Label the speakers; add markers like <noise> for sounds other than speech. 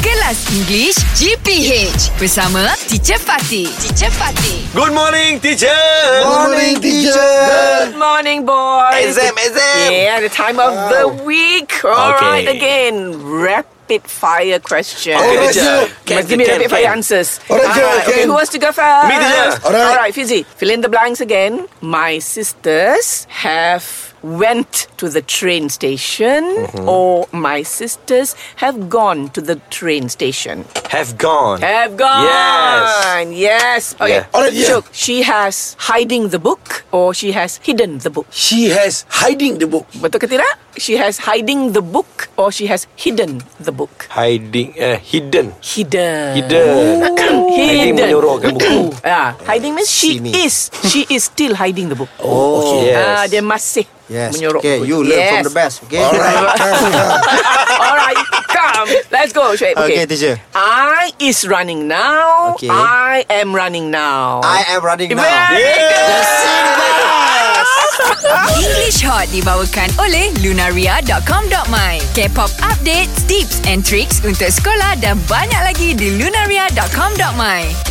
Speaker 1: Kelas English GPH bersama Teacher Fatih. Teacher Fatih.
Speaker 2: Good morning, teacher.
Speaker 3: Morning, teacher.
Speaker 4: Good morning, boys.
Speaker 3: Exam, exam.
Speaker 4: Yeah, the time of the week. All
Speaker 2: Okay.
Speaker 4: right, again, rapid fire question.
Speaker 3: Okay,
Speaker 2: Alright,
Speaker 3: teacher.
Speaker 4: Must give me
Speaker 2: Can,
Speaker 4: rapid
Speaker 2: can.
Speaker 4: fire answers.
Speaker 3: Alright,
Speaker 4: All
Speaker 3: teacher,
Speaker 4: right, okay,
Speaker 3: can.
Speaker 4: who wants to go first?
Speaker 2: Me, teacher.
Speaker 3: Alright.
Speaker 4: All right, Fizzy. Fill in the blanks again. My sisters have went to the train station, or my sisters have gone to the train station.
Speaker 2: Have gone.
Speaker 4: Have gone.
Speaker 2: Yes.
Speaker 4: Yes. Okay.
Speaker 2: Yeah.
Speaker 3: Alright, yeah.
Speaker 4: Shook, she has hiding the book, or she has hidden the book.
Speaker 3: She has hiding the book.
Speaker 4: Betul ke tidak? She has hiding the book or she has hidden the book.
Speaker 2: Hiding, uh, hidden.
Speaker 4: Hidden.
Speaker 2: Hidden. Hiding
Speaker 4: hidden.
Speaker 2: menyuruhkan buku.
Speaker 4: Ah, hiding means she
Speaker 3: Sini.
Speaker 4: is. She is still hiding the book.
Speaker 2: Oh,
Speaker 4: Ah,
Speaker 2: yes.
Speaker 4: dia masih
Speaker 5: Yes.
Speaker 4: menyorok.
Speaker 5: Okay, you learn
Speaker 4: yes.
Speaker 5: from
Speaker 4: <laughs>
Speaker 5: the best. Okay.
Speaker 3: All right.
Speaker 4: All right, come. Let's go. Syed.
Speaker 5: <laughs> Okay, teacher.
Speaker 4: I is running now.
Speaker 5: Okay.
Speaker 4: I am running now.
Speaker 5: I am running now.
Speaker 4: Very good.
Speaker 1: English Hot dibawakan oleh lunaria.com.my. K-pop updates, tips and tricks untuk sekolah dan banyak lagi di lunaria.com.my.